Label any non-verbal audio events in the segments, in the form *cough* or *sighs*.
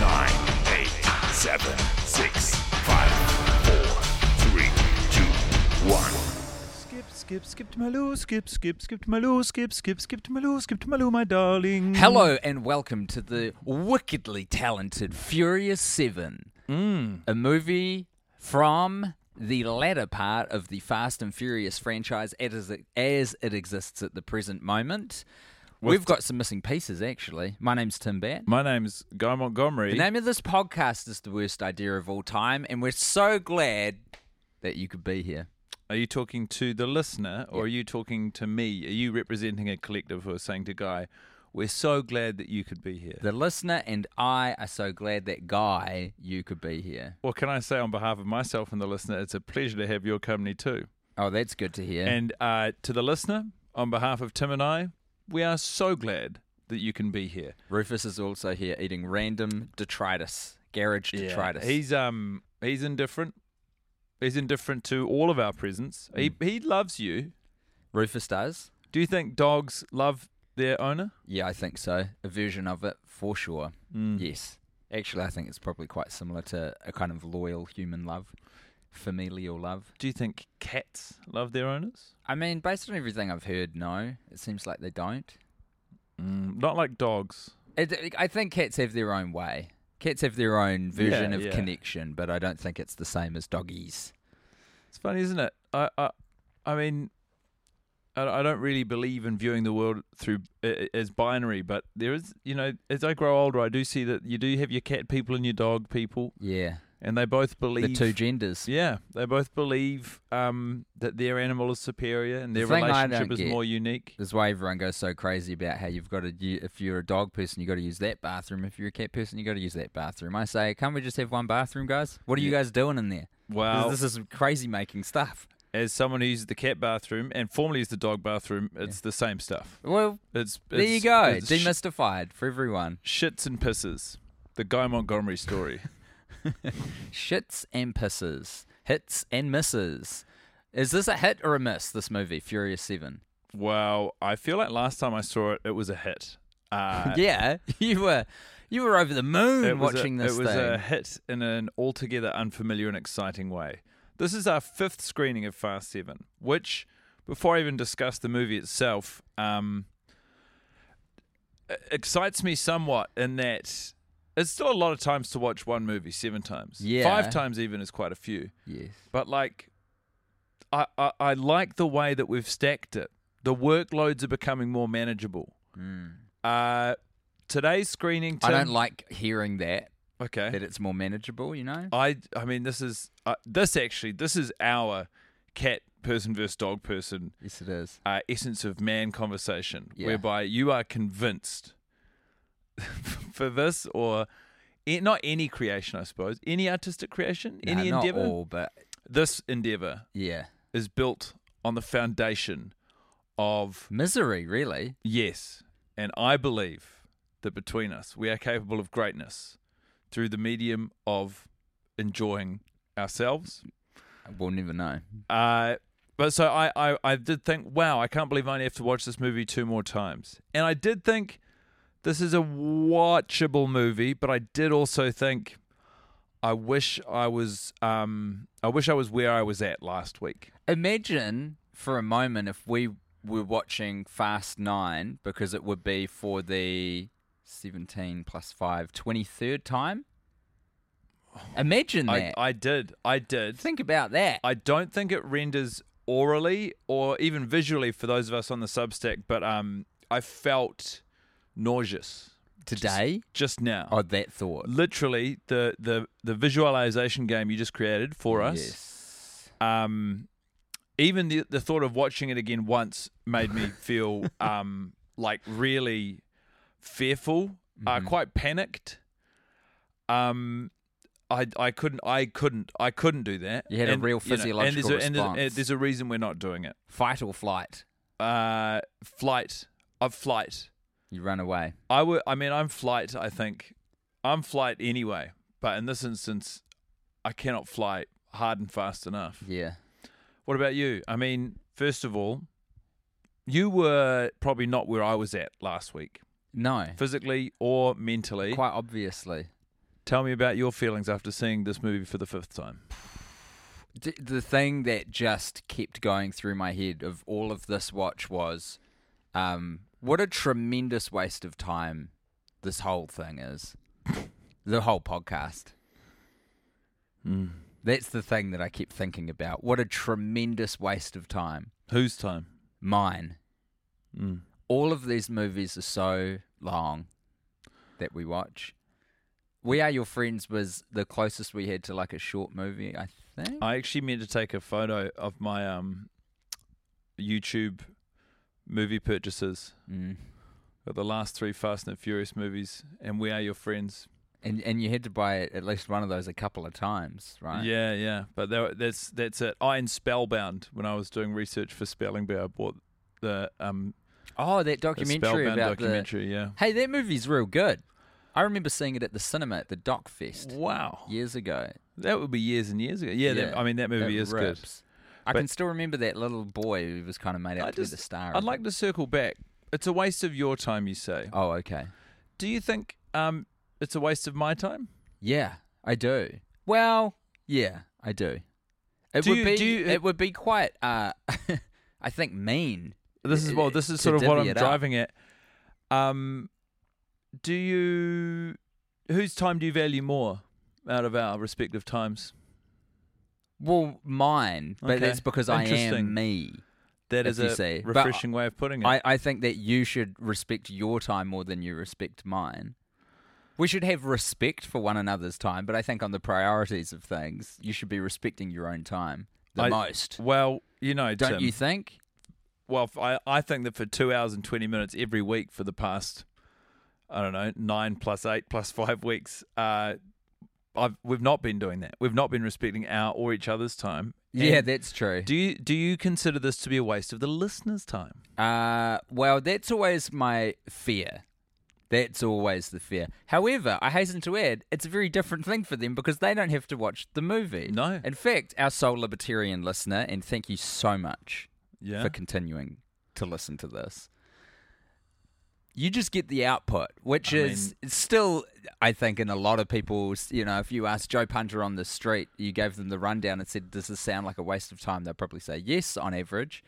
nine, eight, seven, six, five, four, three, two, one. Skip, skip, skip to Maloo, skip, skip, skip to Maloo, skip, skip, skip to Maloo, skip to Maloo, my darling. Hello and welcome to the wickedly talented Furious Seven, a movie from the latter part of the Fast and Furious franchise as it, as it exists at the present moment. We've got some missing pieces, actually. My name's Tim Bat. My name's Guy Montgomery. The name of this podcast is the worst idea of all time, and we're so glad that you could be here. Are you talking to the listener or Yeah. are you talking to me? Are you representing a collective who are saying to Guy, we're so glad that you could be here? The listener and I are so glad that Guy, you could be here. Well, can I say on behalf of myself and the listener, it's a pleasure to have your company too. Oh, that's good to hear. And uh, to the listener, on behalf of Tim and I, we are so glad that you can be here. Rufus is also here eating random detritus, garage detritus. He's um he's indifferent. He's indifferent to all of our presents. Hmm. He he loves you. Rufus does. Do you think dogs love their owner? Yeah, I think so. A version of it for sure. Mm. Yes. Actually, I think it's probably quite similar to a kind of loyal human love, familial love. Do you think cats love their owners? I mean, based on everything I've heard, no. It seems like they don't. Mm, not like dogs. It, I think cats have their own way. Cats have their own version Yeah, of yeah. connection, but I don't think it's the same as doggies. It's funny, isn't it? I I, I mean, I, I don't really believe in viewing the world through uh, as binary, but there is, you know, as I grow older, I do see that you do have your cat people and your dog people, Yeah. and they both believe The two genders. Yeah, they both believe um, that their animal is superior and The their thing I relationship don't is get- more unique. That's why everyone goes so crazy about how you've got to, you, if you're a dog person, you got to use that bathroom. If you're a cat person, you got to use that bathroom. I say, can't we just have one bathroom, guys? What are you guys doing in there? Wow. This, this is crazy making stuff. As someone who uses the cat bathroom and formerly used the dog bathroom, it's the same stuff. Well, It's, there you it's- go. it's sh- Demystified for everyone. shits and pisses. The Guy Montgomery *laughs* story. Shits and pisses, hits and misses. Is this a hit or a miss? This movie, Furious Seven. wow. I feel like last time I saw it, it was a hit. *laughs* Uh, yeah, you were, you were over the moon it was a- watching this It was thing. a hit in an altogether unfamiliar and exciting way. This is our fifth screening of Fast Seven, which, before I even discuss the movie itself, um, e- excites me somewhat in that it's still a lot of times to watch one movie seven times. Yeah. Five times even is quite a few. yes. But like, I, I, I like the way that we've stacked it. The workloads are becoming more manageable. Uh, today's screening. Hmm. I don't Tim- like hearing that. Okay. That it's more manageable, you know. I I mean this is uh, this actually this is our cat person versus dog person Yes, it is. uh, essence of man conversation Yeah. whereby you are convinced *laughs* for this or a- not any creation I suppose any artistic creation Nah, any not endeavor all, but this endeavor yeah, is built on the foundation of Misery, really. yes, and I believe that between us we are capable of greatness through the medium of enjoying ourselves. We'll never know. Uh, but so I, I, I did think, wow, I can't believe I only have to watch this movie two more times. And I did think this is a watchable movie, but I did also think I wish I was um, I wish I was where I was at last week. Imagine for a moment if we were watching Fast Nine because it would be for the 17 plus 5, 23rd time. Imagine I, that. I did. I did. Think about that. I don't think it renders orally or even visually for those of us on the Substack, but um, I felt nauseous Today? just now. Oh, that thought. literally the the the visualization game you just created for us. Yes. Um, even the the thought of watching it again once made *laughs* me feel um like really fearful, uh, Mm-hmm. quite panicked. Um. I, I couldn't I couldn't I couldn't do that. You had a real and there's physiological a, and there's- response. uh, there's a reason we're not doing it. Fight or flight. Uh, flight of flight. You run away. I would. I mean, I'm flight. I think I'm flight anyway. But in this instance, I cannot fly hard and fast enough. Yeah. What about you? I mean, first of all, you were probably not where I was at last week, No. physically or mentally. Quite obviously. Tell me about your feelings after seeing this movie for the fifth time. D- the thing that just kept going through my head of all of this watch was um, what a tremendous waste of time this whole thing is. the whole podcast. That's the thing that I kept thinking about. What a tremendous waste of time. Whose time? Mine. Mm. all of these movies are so long that we watch. We Are Your Friends was the closest we had to like a short movie, I think. I actually meant to take a photo of my um, YouTube movie purchases. Mm. Got the last three Fast and Furious movies, and We Are Your Friends. And and you had to buy at least one of those a couple of times, right? Yeah, yeah. But that, that's that's it. I and Spellbound. When I was doing research for Spelling Bee, I bought the um Oh, that the documentary Spellbound about documentary. Yeah. the Hey, that movie's real good. I remember seeing it at the cinema at the Doc Fest Wow. years ago. That would be years and years ago. Yeah. That, I mean, that movie it is rips. I But- can still remember that little boy who was kind of made good. out I to be just the star. I'd of like it. to circle back. It's a waste of your time, you say. Oh, okay. Do you think um it's a waste of my time? Yeah, I do. Well, yeah, I do. It Do would you- be do you- it would be quite uh *laughs* I think mean. This is well. This is Eh, to sort of what divvy I'm it up. driving at. Um, do you whose time do you value more out of our respective times? Well, mine, but Okay, that's because I interesting. am me. That If is you a say, but refreshing way of putting it. I, I think that you should respect your time more than you respect mine. We should have respect for one another's time, but I think on the priorities of things, you should be respecting your own time the I- most. Well, you know, Don't Tim, you think? well, f- I, I think that for two hours and 20 minutes every week for the past, I don't know, nine plus eight plus five weeks, uh, I've, we've not been doing that. We've not been respecting our or each other's time. yeah, And that's true. do you do you consider this to be a waste of the listener's time? Uh, well, that's always my fear. That's always the fear. However, I hasten to add, it's a very different thing for them because they don't have to watch the movie. No. In fact, our sole libertarian listener, and thank you so much Yeah. for continuing to listen to this. You just get the output, which I is still, I think, in a lot of people's, you know, if you ask Joe Punter on the street, you gave them the rundown and said, Does this sound like a waste of time? They'll probably say yes on average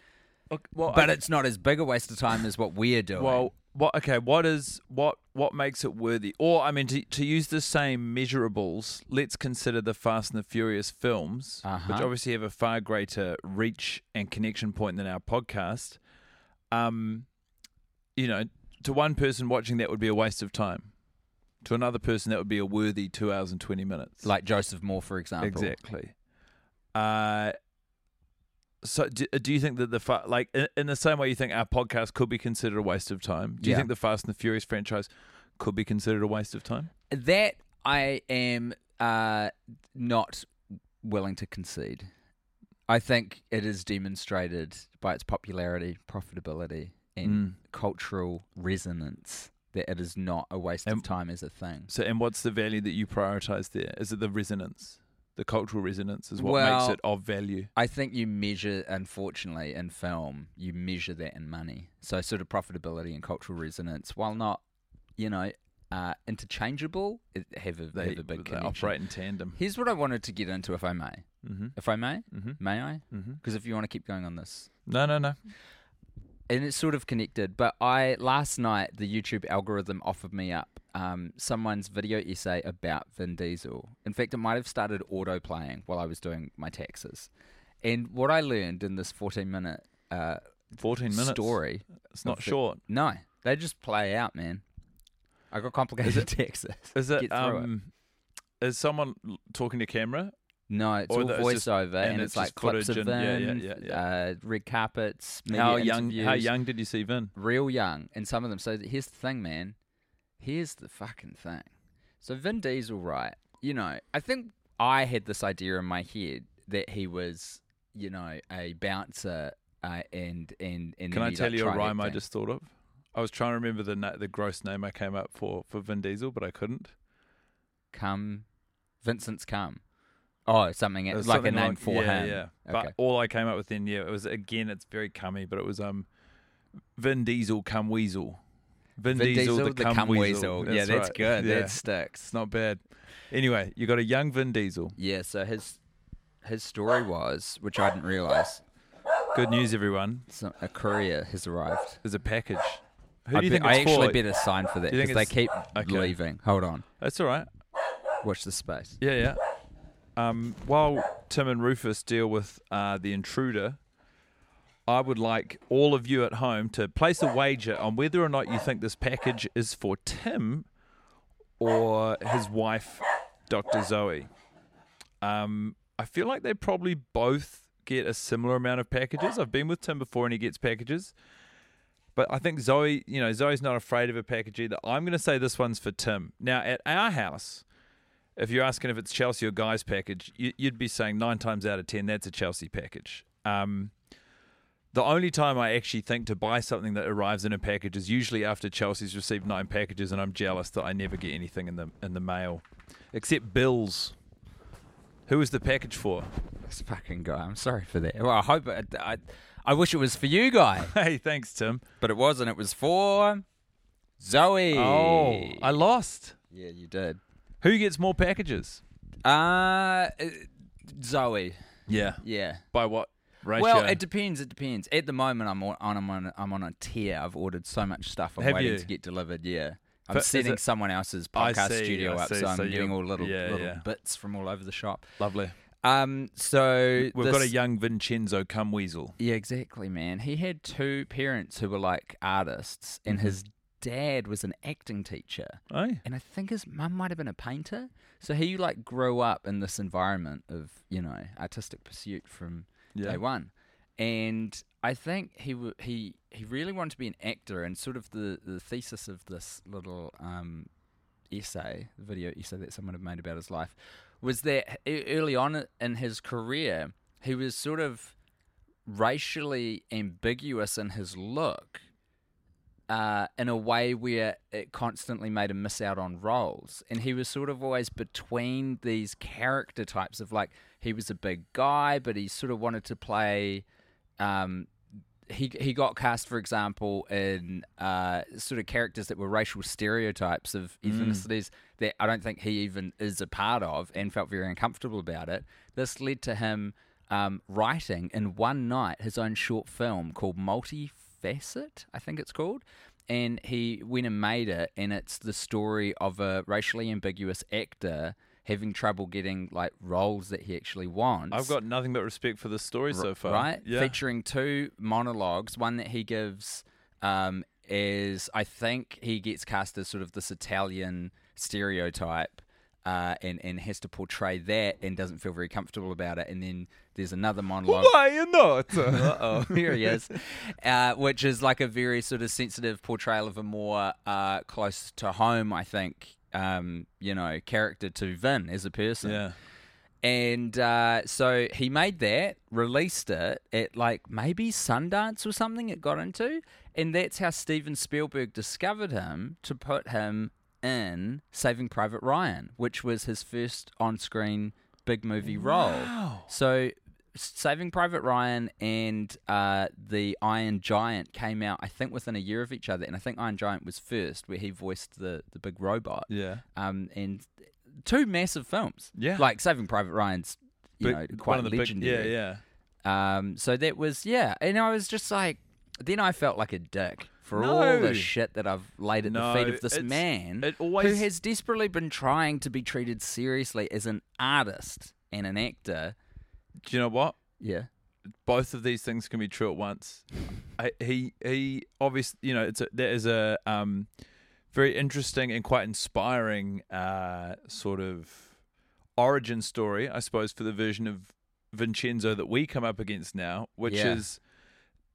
well, but it's not as big a waste of time as what we're doing. well, what? Okay, what is what? What makes it worthy? Or I mean, to, to use the same measurables, let's consider the Fast and the Furious films, which Uh-huh. obviously have a far greater reach and connection point than our podcast. Um, you know, to one person watching that would be a waste of time. To another person, that would be a worthy two hours and twenty minutes. like Joseph Moore, for example. Exactly. Uh, so do, uh, do you think that the fa- like in, in the same way you think our podcast could be considered a waste of time? Do you Yeah. think the Fast and the Furious franchise could be considered a waste of time? That I am uh, not willing to concede. I think it is demonstrated by its popularity, profitability, Mm. and cultural resonance that it is not a waste of And- time as a thing. So, and what's the value that you prioritize there? Is it the resonance? The cultural resonance is what Well- makes it of value. I think you measure, unfortunately, in film, you measure that in money. So, sort of profitability and cultural resonance, while not, you know, uh, interchangeable, it have a, They, have a big they connection. operate in tandem. Here's what I wanted to get into, if I may. Mm-hmm. If I may, Mhm. may I? Mhm. Because if you want to keep going on this, No, no, no. and it's sort of connected. But I last night the YouTube algorithm offered me up um, someone's video essay about Vin Diesel. In fact, it might have started auto playing while I was doing my taxes. And what I learned in this 14 minute uh, 14 minutes. story, It's not of the- short. No, they just play out, man. I got complicated *laughs* taxes. Is Get it, through it. um, is someone l- talking to camera? No, it's or all the- it's just- voiceover, and, and it's, it's like just clips of footage them, and- yeah, yeah, yeah, yeah. Uh, red carpets, media How young, how interviews. young did you see Vin? real young, and some of them. So here's the thing, man. Here's the fucking thing. So Vin Diesel, right? You know, I think I had this idea in my head that he was, you know, a bouncer, uh, and and and. Can then I he, tell like, you a tried rhyme I acting. just thought of? I was trying to remember the na- the gross name I came up for for Vin Diesel, but I couldn't. come? Vincent's come. Oh, something It like was a something name for yeah, him. Yeah, Okay. but all I came up with then, yeah, it was again, it's very cummy, but it was um, Vin Diesel cum weasel. Vin, Vin Diesel, the, cum, weasel. Yeah, that's right. good. Yeah, That sticks. it's not bad. Anyway, you got a young Vin Diesel. Yeah. So his his story was, which I didn't realize, Good news, everyone. so a courier has arrived. There's a package. Who I, do you be- think I it's actually for? better sign for that Do you because think they it's- keep Okay. leaving. Hold on. That's all right. Watch the space. Yeah, yeah. Um, while Tim and Rufus deal with uh, the intruder, I would like all of you at home to place a wager on whether or not you think this package is for Tim or his wife, Dr. Zoe. Um, I feel like they probably both get a similar amount of packages. I've been with Tim before and he gets packages. But I think Zoe, you know, Zoe's not afraid of a package either. I'm going to say this one's for Tim. Now, at our house, if you're asking if it's Chelsea or Guy's package, you, you'd be saying nine times out of ten that's a Chelsea package. Um, the only time I actually think to buy something that arrives in a package is usually after Chelsea's received nine packages, and I'm jealous that I never get anything in the in the mail, except bills. Who was the package for? *laughs* This fucking guy. I'm sorry for that. Well, I hope it, I, I wish it was for you guy, Hey, thanks, Tim. but it wasn't. It was for Zoe. Oh, I lost. yeah, you did. Who gets more packages? Uh, it- Zoe. Yeah. Yeah. By what ratio? Well, it depends. It depends. At the moment, I'm on. I'm on, I'm on a tear. I've ordered so much stuff. I'm Have waiting you? to get delivered. Yeah. I'm But is setting it- someone else's I podcast see, studio I up, see. so I'm So getting you're- all little yeah, little yeah. bits from all over the shop. Lovely. Um. So We've got a this- young Vincenzo cum weasel. Yeah, exactly, man. He had two parents who were like artists, and Mm-hmm. his dad was an acting teacher, Aye. and I think his mum might have been a painter. So he like grew up in this environment of you know artistic pursuit from Yeah. day one, and I think he w- he he really wanted to be an actor, and sort of the the thesis of this little um essay, video essay that someone had made about his life, was that e- early on in his career, he was sort of racially ambiguous in his look. Uh, in a way where it constantly made him miss out on roles. And he was sort of always between these character types of like, he was a big guy, but he sort of wanted to play um, he he got cast, for example, in uh, sort of characters that were racial stereotypes of ethnicities Mm. that I don't think he even is a part of, and felt very uncomfortable about it. This led to him um, writing in one night his own short film called Multifacet, I think it's called. And he went and made it, and it's the story of a racially ambiguous actor having trouble getting like roles that he actually wants. I've got nothing but respect for this story so far. Right? Yeah. Featuring two monologues. One that he gives um, is, I think he gets cast as sort of this Italian stereotype. Uh, and, and has to portray that and doesn't feel very comfortable about it. And then there's another monologue. you not? Uh *laughs* oh, here he is. Uh, which is like a very sort of sensitive portrayal of a more uh, close to home, I think, um, you know, character to Vin as a *laughs* person. yeah. And uh, so he made that, released it at like maybe Sundance or something it got into. And that's how Steven Spielberg discovered him to put him in Saving Private Ryan, which was his first on screen big movie role. So Saving Private Ryan and uh, the Iron Giant came out, I think, within a year of each other. And I think Iron Giant was first, where he voiced the, the big robot. Yeah. Um, and two massive films. Yeah. Like Saving Private Ryan's, you Big- know, one quite of the big- legendary. yeah, yeah. Um, so that was, yeah. And I was just like, then I felt like a dick for all No. the shit that I've laid at No, the feet of this it's- man it always- who has desperately been trying to be treated seriously as an artist and an actor. yeah. Do you know what? Yeah. both of these things can be true at once. I, he he obviously you know it's a, there is a um, very interesting and quite inspiring uh, sort of origin story, I suppose, for the version of Vincenzo that we come up against now, which Yeah. is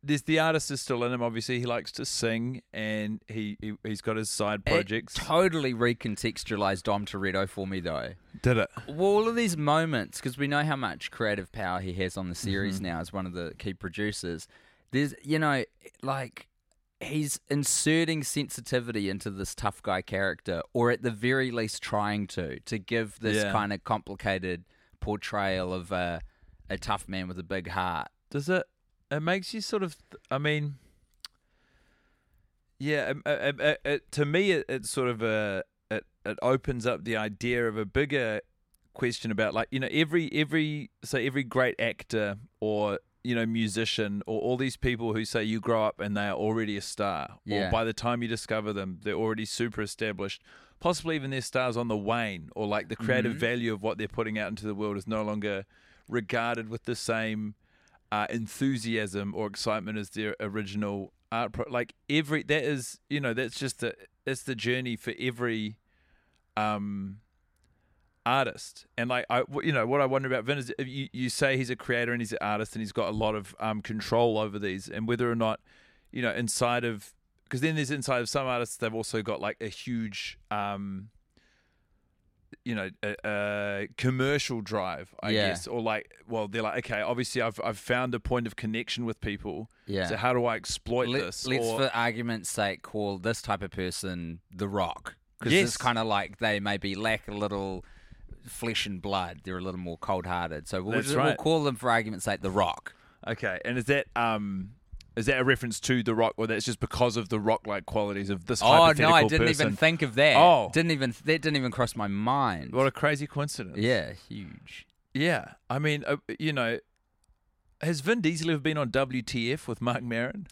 there's the artist is still in him. Obviously, he likes to sing and he, he he's got his side projects. It totally recontextualized Dom Toretto for me, though. Did it? Well, all of these moments, because we know how much creative power he has on the series now as one of the key producers. There's, you know, like he's inserting sensitivity into this tough guy character, or at the very least trying to, to give this Yeah. kind of complicated portrayal of a, a tough man with a big heart. Does it? It makes you sort of. th- I mean, yeah. um, uh, It, it, it, it, to me, it, it's sort of a. It, it opens up the idea of a bigger question about like you know every every so every great actor or you know musician or all these people who say you grow up and they are already a star or Yeah. by the time you discover them they're already super established possibly even their stars on the wane or like the creative value of what they're putting out into the world is no longer regarded with the same uh, enthusiasm or excitement as their original art pro- like every that is you know that's just the that's the journey for every um artist and like i you know what i wonder about vin is if you, you say he's a creator and he's an artist and he's got a lot of um control over these and whether or not you know inside of because then there's inside of some artists they've also got like a huge um you know a, a commercial drive i Yeah. guess or like well they're like okay obviously i've i've found a point of connection with people Yeah. so how do i exploit Let, this us Or- for argument's sake, call this type of person The Rock. Because Yes. it's kind of like they maybe lack a little flesh and blood. They're a little more cold hearted. So we'll, That's just, we'll right. call them, for argument's sake, The Rock. Okay, and is that um is that a reference to The Rock, or that's just because of the rock-like qualities of this? Oh, no, hypothetical I didn't person? even think of that. Oh. Didn't even, that didn't even cross my mind. What a crazy coincidence! yeah, huge. yeah. I mean, uh, you know, has Vin Diesel ever been on WTF with Mark Maron?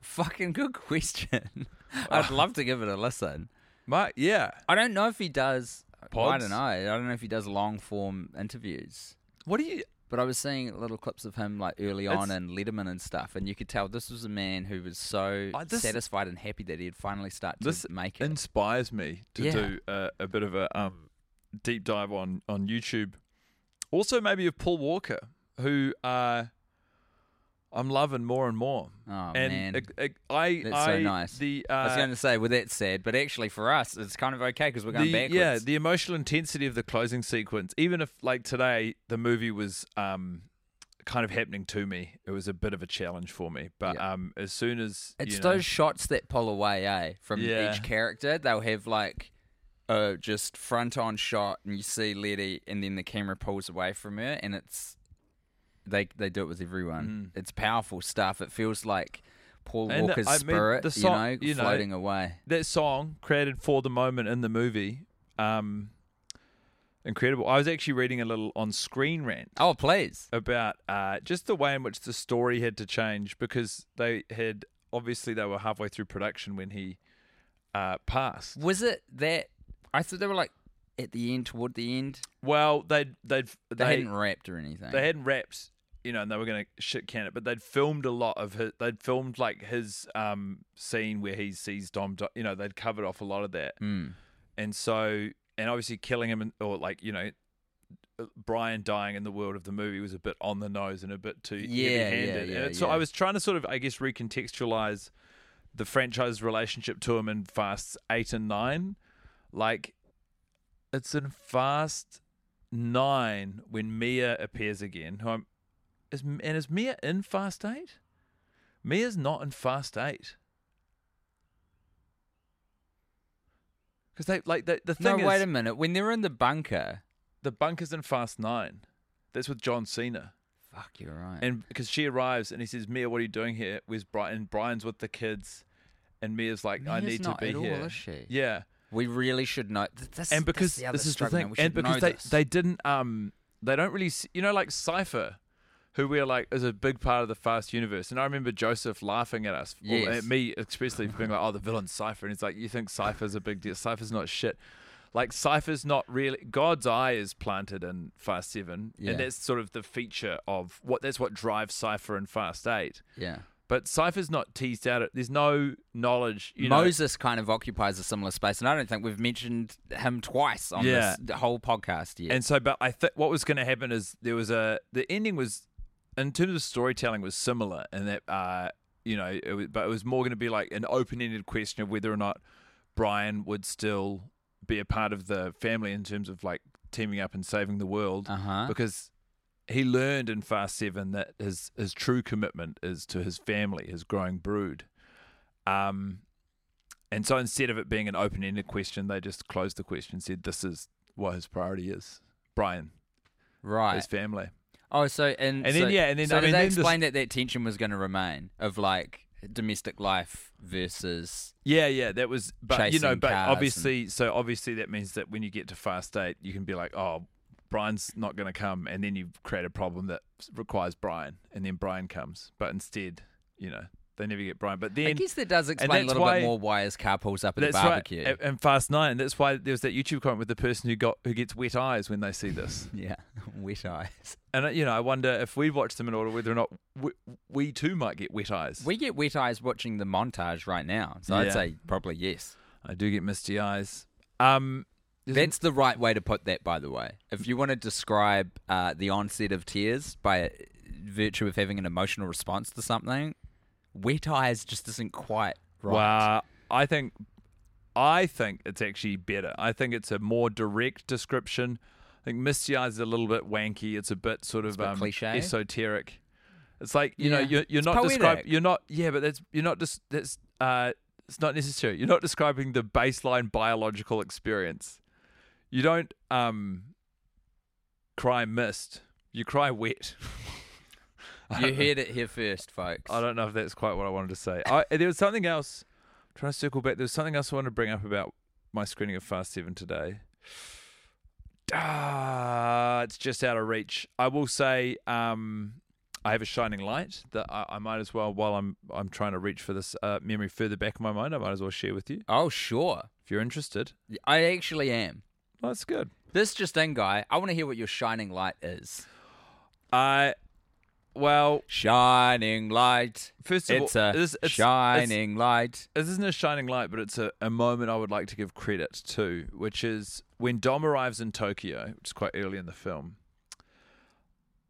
Fucking good question. *laughs* I'd love to give it a listen. Mark, yeah. I don't know if he does. I Pods? don't know. I don't know if he does long form interviews. What do you? But I was seeing little clips of him like early on It's- in Letterman and stuff, and you could tell this was a man who was so Uh, this- satisfied and happy that he'd finally start to This make it. inspires me to Yeah. do a, a bit of a um deep dive on on YouTube. Also, maybe of Paul Walker, who uh, I'm loving more and more. Oh, and man. I, I, That's I so nice. The uh, I was going to say, well, that's sad, but actually for us, it's kind of okay because we're going the, backwards. Yeah, the emotional intensity of the closing sequence, even if like today the movie was um kind of happening to me, it was a bit of a challenge for me. But Yeah. um as soon as it's you know- those shots that pull away, eh? From Yeah. each character, they'll have like a just front on shot, and you see Letty, and then the camera pulls away from her, and it's they they do it with everyone. It's powerful stuff. It feels like Paul Hmm. And, uh, Walker's I mean, spirit, the song- you, know, you know, floating away. that song created for the moment in the movie, um incredible. I was actually reading a little on screen rant. Oh, please. about uh, just the way in which the story had to change because they had obviously they were halfway through production when he uh, passed. Was it that I thought they were like at the end, toward the end? Well, they'd they'd They, hadn't wrapped or anything. They hadn't wrapped, you know, and they were going to shit can it, but they'd filmed a lot of his. They'd filmed like his um, scene where he sees Dom. di- You know, they'd covered off a lot of that, Mm. and so and obviously killing him and, or like you know. uh, Brian dying in the world of the movie was a bit on the nose and a bit too Yeah, yeah, heavy-handed. yeah, and it- so yeah. I was trying to sort of, I guess, recontextualize the franchise relationship to him in Fasts Eight and Nine. Like, it's in Fast nine when Mia appears again. Who I'm, is, and is Mia in Fast Eight? Mia's not in Fast Eight. Because they like the, the No, thing wait is a minute. When they're in the bunker, the bunkers in Fast Nine. That's with John Cena, fuck, you're right. and because she arrives and he says, "Mia, what are you doing here?" Where's Brian? And Brian's with the kids, and Mia's like, "I Mia's need not to be at all, here." is she? Yeah, we really should know. th- This, and because this, the other this is the struggle, man, thing, we should and because know they, this. they didn't um they don't really s- you know like Cipher, who we're like is a big part of the Fast universe, and I remember Joseph laughing at us, or Yes. at me especially for being like, oh the villain Cipher, and he's like, you think Cipher's a big deal? Cipher's not shit. Like Cipher's not really God's eye is planted in Fast Seven, Yeah. and that's sort of the feature of what that's what drives Cipher in Fast Eight. yeah. But Cipher's not teased out. There's no knowledge. You know, Moses kind of occupies a similar space, and I don't think we've mentioned him twice on Yeah. this whole podcast yet. And so, but I think what was going to happen is there was a the ending was in terms of storytelling was similar, and that uh, you know, it was, but it was more going to be like an open ended question of whether or not Brian would still be a part of the family in terms of like teaming up and saving the world Uh-huh. because. He learned in Fast Seven that his his true commitment is to his family, his growing brood. Um, and so instead of it being an open ended question, they just closed the question and said, This is what his priority is Brian, right. his family. Oh, so and And so- then, yeah, and then, so I did mean, they then this- explained that that tension was going to remain of like domestic life versus Yeah, yeah, that was, but you know, Chasing but cars obviously, so obviously that means that when you get to Fast Eight, you can be like, Oh, Brian's not going to come. And then you create a problem that requires Brian, and then Brian comes. But instead, you know, they never get Brian. But then. I guess that does explain a that's little why- bit more why his car pulls up at that's the barbecue. right. a- And Fast Nine. That's why there was that YouTube comment with the person who got who gets wet eyes when they see *laughs* this. Yeah, wet eyes. And uh, you know, I wonder if we watch them in order, whether or not we, we too might get wet eyes. We get wet eyes watching the montage right now, so Yeah. I'd say probably yes. I do get misty eyes. Um, there's- That's the right way to put that, by the way. If you want to describe uh, the onset of tears by uh, virtue of having an emotional response to something, wet eyes just isn't quite right. Well, I think, I think it's actually better. I think it's a more direct description. I think misty eyes is a little bit wanky. It's a bit sort of bit um, cliche. esoteric. It's like you know Yeah. you're, you're It's not poetic. describing you're not yeah, but that's you're not just that's uh, it's not necessary. You're not describing the baseline biological experience. You don't um, cry mist. You cry wet. *laughs* *laughs* You heard it here first, folks. I don't know if that's quite what I wanted to say. I, there was something else. I'm trying to circle back. There was something else I wanted to bring up about my screening of Fast Seven today. *sniffs* Ah, it's just out of reach. I will say, um, I have a shining light that I, I might as well, while I'm I'm trying to reach for this uh, memory further back in my mind, I might as well share with you Oh, sure. if you're interested. I actually am. That's good. This just in, guy. I want to hear what your shining light is. I, well, Shining light. First of all, it's a this- it's- it's- shining light. this isn't a shining light, but it's a, a moment I would like to give credit to, which is when Dom arrives in Tokyo, which is quite early in the film.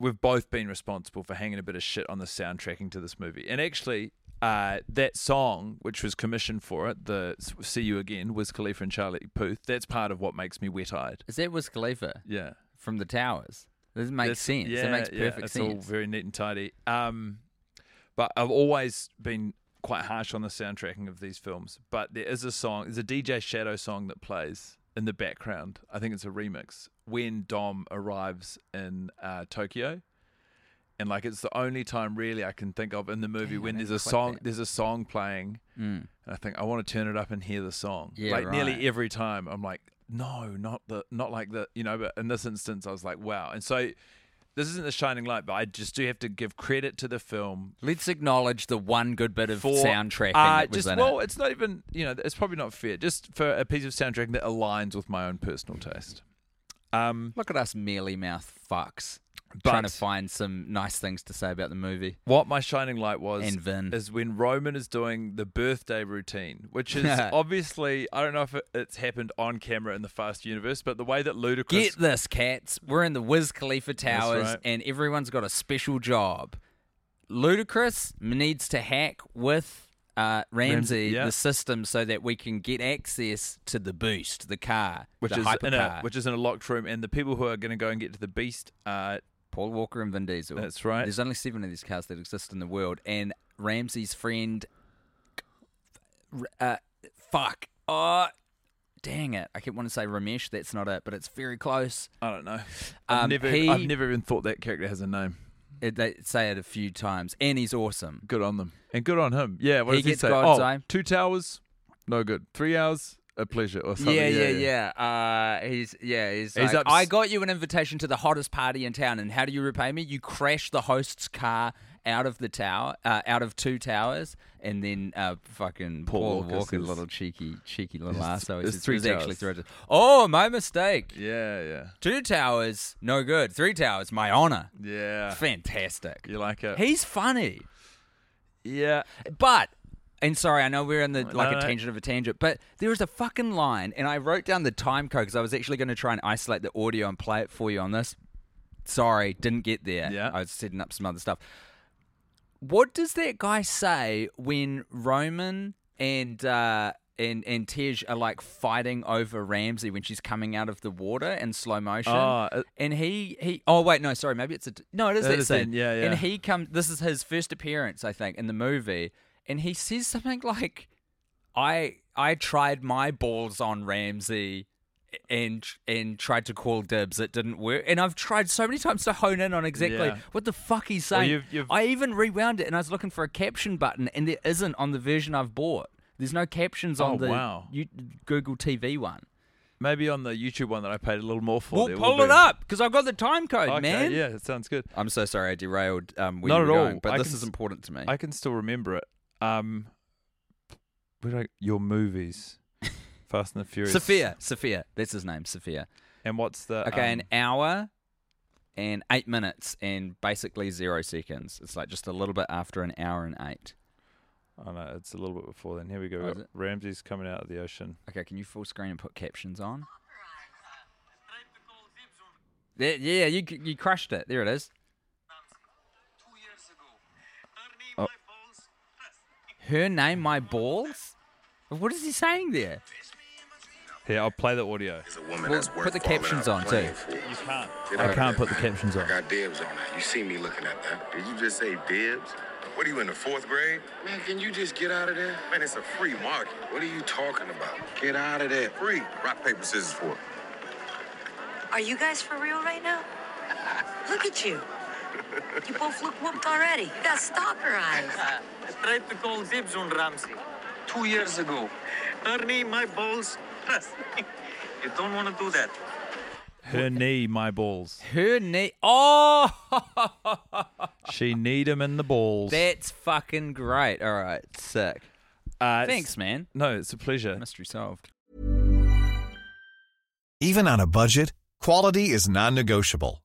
We've both been responsible for hanging a bit of shit on the soundtracking to this movie, and actually, uh, that song which was commissioned for it, the "See You Again," was Khalifa and Charlie Puth. That's part of what makes me wet-eyed. Is that Wiz Khalifa Yeah, from the towers? This That's- makes sense. it makes perfect it's sense. all very neat and tidy. Um, but I've always been quite harsh on the soundtracking of these films. But there is a song, there's a DJ Shadow song that plays in the background. I think it's a remix when Dom arrives in uh, Tokyo. And like it's the only time really I can think of in the movie Dang, I when there's never a clocked song that. there's a song playing Mm. and I think I want to turn it up and hear the song. Yeah, like nearly right. every time, I'm like, no, not the, not like the, you know. But in this instance, I was like, wow. And so, this isn't the shining light, but I just do have to give credit to the film Let's acknowledge the one good bit of for soundtracking uh, that was just in well, it. it's not even you know, it's probably not fair. Just for a piece of soundtracking that aligns with my own personal taste. Um, Look at us mealy mouth fucks trying to but find some nice things to say about the movie. what my shining light was And Vin. is when Roman is doing the birthday routine, which *laughs* is obviously I don't know if it, it's happened on camera in the Fast Universe, but the way that Ludacris Get this, cats. We're in the Wiz Khalifa Towers, right. and everyone's got a special job. Ludacris needs to hack with uh, Ramsey yeah. the system so that we can get access to the boost, the car, which the is hypercar. in a which is in a locked room, and the people who are going to go and get to the beast uh, are Paul Walker and Vin Diesel. That's right. There's only seven of these cars that exist in the world, and Ramsey's friend. Uh, fuck. Oh, dang it! I keep wanting to say Ramesh. That's not it, but it's very close. Uh, I don't know. I've Um, never he- I've never even thought that character has a name. It, they say it a few times, and he's awesome. Good on them, and good on him. Yeah, what He does he gets say? God's oh, eye. two towers, no good. Three hours, a pleasure, or something. Yeah, yeah, yeah. Uh, he's yeah, he's. He's ups- like, I got you an invitation to the hottest party in town, and how do you repay me? You crash the host's car out of the tower, uh, out of two towers, and then uh, fucking Paul, Paul Walker, Walker says- little cheeky, cheeky little There's- ass. So there's it's three actually towers. three towers. Oh, my mistake. yeah, yeah, Two towers, no good. Three towers, my honor. yeah. Fantastic. You like it? He's funny. yeah, But and sorry, I know we're in the like no. a tangent of a tangent, but there was a fucking line, and I wrote down the time code because I was actually going to try and isolate the audio and play it for you on this. Sorry, didn't get there. Yeah. I was setting up some other stuff. What does that guy say when Roman and uh, and and Tej are like fighting over Ramsey when she's coming out of the water in slow motion? Oh, it- and he he oh wait no sorry maybe it's a no it is That that is it, scene yeah, yeah. and he comes this is his first appearance I think in the movie and he says something like I I tried my balls on Ramsey and and tried to call dibs it didn't work and I've tried so many times to hone in on exactly Yeah. what the fuck he's Well, saying you've- you've- I even rewound it and I was looking for a caption button and there isn't on the version I've bought there's no captions on Oh, the wow. you, Google TV one maybe on the YouTube one that I paid a little more for. we'll there will pull it be. up because I've got the time code Okay, man yeah, it sounds good. I'm so sorry I derailed um, where Not you were at all. going, but I this can is s- important to me. I can still remember it. Um, where did I, your *laughs* movies, Fast and the Furious, Sophia, Sophia, that's his name, Sophia. and what's the Okay, um, an hour and eight minutes and basically zero seconds. It's like just a little bit after an hour and eight. Oh no, it's a little bit before then. Here we go. Oh, We've is got it? Ramsey's coming out of the ocean. Okay, can you full screen and put captions on? There, yeah, you c- you crushed it. There it is. two years ago. Her name, Oh. my balls. Her name, my balls. What is he saying there? Here, I'll play the *laughs* audio. is a woman Well, that's worth put the falling captions out on, playing too. for. You can't. Get I out can't of there. put the captions on. I got dibs on that. You see me looking at that. Did you just say dibs? What are you in the fourth grade? Man, can you just get out of there? Man, it's a free market. What are you talking about? Get out of there. Free. Rock, paper, *laughs* scissors for. it. Are you guys for real right now? Look at you. You both look whooped already. You got stalker eyes. I tried to call dibs on Ramsey two years ago. Her name, my balls. *laughs* you don't want to do that. Her knee, my balls. Her name. Oh, *laughs* She need him in the balls. that's fucking great. All right, sick. Uh, it's- Thanks, man. No, it's a pleasure. Mystery solved. Even on a budget, quality is non-negotiable.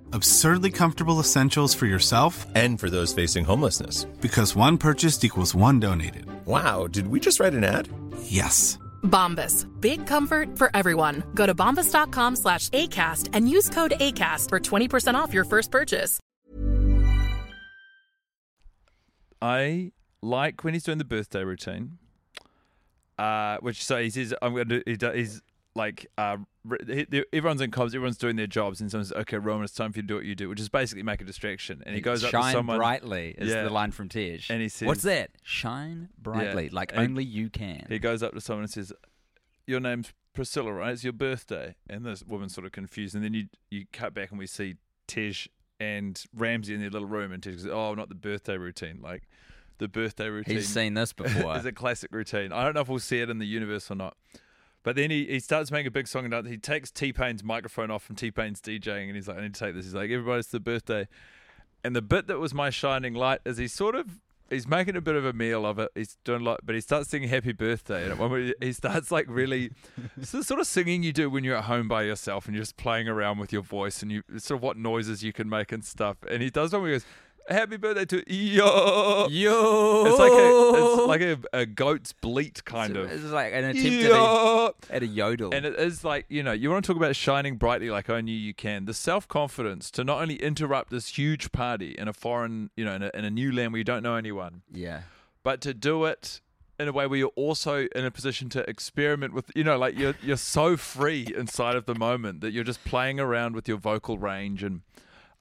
Absurdly comfortable essentials for yourself And for those facing homelessness. because one purchased equals one donated. Wow, did we just write an ad? Yes. Bombas. Big comfort for everyone. Go to bombas.com slash ACAST and use code ACAST for 20% off your first purchase. I like when he's doing the birthday routine, uh, which so he says, "I'm going to." He do, he's like, uh, re- he, the- everyone's in comms, everyone's doing their jobs, and someone says, "Okay, Roman, it's time for you to do what you do," which is basically make a distraction. And he goes Shine up to someone, brightly is Yeah. the line from Tej. And he says, "What's that? Shine brightly, Yeah. like And- only you can." He goes up to someone and says, "Your name's Priscilla, right? It's your birthday." And this woman's sort of confused. And then you you cut back and we see Tej and Ramsey in their little room, and Tej goes, "Oh, not the birthday routine, like." The birthday routine. *laughs* seen this before. it's a classic routine. I don't know if we'll see it in the universe or not. But then he, he starts making a big song and dance. He takes T Pain's microphone off from T Pain's DJing and he's like, I need to take this. He's like, everybody's to the birthday. And the bit that was my shining light is he sort of he's making a bit of a meal of it. He's doing a lot, but he starts singing Happy Birthday. And at one point he starts like *laughs* really it's the sort of singing you do when you're at home by yourself and you're just playing around with your voice and you it's sort of what noises you can make and stuff. And he does one where he goes, Happy birthday to yo Yo. It's like a it's like a, a goat's bleat kind of It's like an attempt to be- Yo. at a yodel. And it is like, you know, you want to talk about shining brightly like only you can. The self confidence to not only interrupt this huge party in a foreign, you know, in a, in a new land where you don't know anyone, yeah. but to do it in a way where you're also in a position to experiment with, you know, like you're, you're so free inside of the moment that you're just playing around with your vocal range. And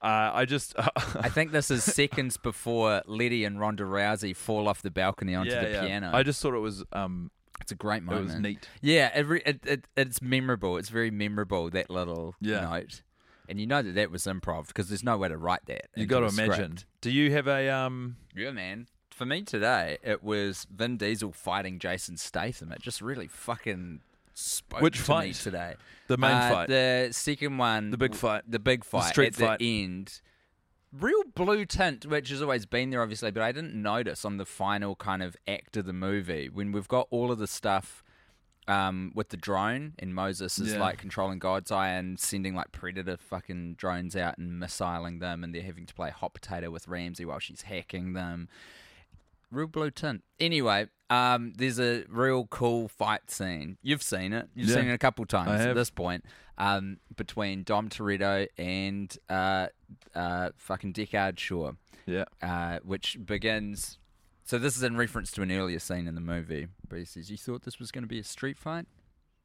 uh, I just, *laughs* I think this is seconds before Letty and Ronda Rousey fall off the balcony onto Yeah, the yeah. piano. I just thought it was, um, it's a great it was moment. neat. Yeah, every it, it, it's memorable. It's very memorable that little Yeah. note, and you know that that was improv because there's no way to write that. you into got to a imagine. script. Do you have a, um, Yeah, man. For me today, it was Vin Diesel fighting Jason Statham. It just really fucking spoke Which to me fight? today. The main Uh, fight? The second one. The big fight. The big fight. street at fight. the end. Real blue tint, which has always been there, obviously, but I didn't notice on the final kind of act of the movie when we've got all of the stuff um, with the drone and Moses is Yeah. like controlling God's eye and sending like predator fucking drones out and missiling them, and they're having to play hot potato with Ramsey while she's hacking them. Real blue tint. Anyway, um, there's a real cool fight scene. You've seen it. You've Yeah. seen it a couple times I at have. this point. Um, between Dom Toretto and uh, uh, fucking Deckard Shaw, yeah. uh, which begins. So this is in reference to an earlier scene in the movie. But he says, "You thought this was going to be a street fight."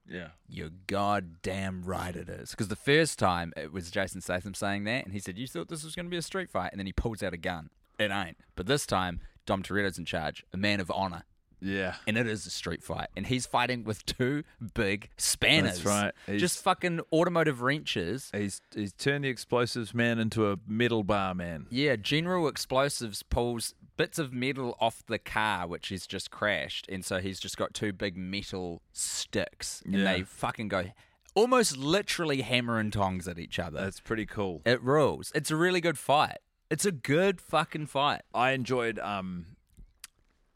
Yeah. You're goddamn right it is. Because the first time it was Jason Statham saying that, and he said, You thought this was going to be a street fight? And then he pulls out a gun. It ain't. But this time, Dom Toretto's in charge, a man of honor. Yeah. And it is a street fight. And he's fighting with two big spanners. That's right. He's- Just fucking automotive wrenches. He's he's turned the explosives man into a metal bar man. Yeah, General Explosives pulls bits of metal off the car, which he's just crashed, and so he's just got two big metal sticks, and Yeah. they fucking go almost literally hammer and tongs at each other. That's pretty cool. it rules. It's a really good fight. It's a good fucking fight. I enjoyed um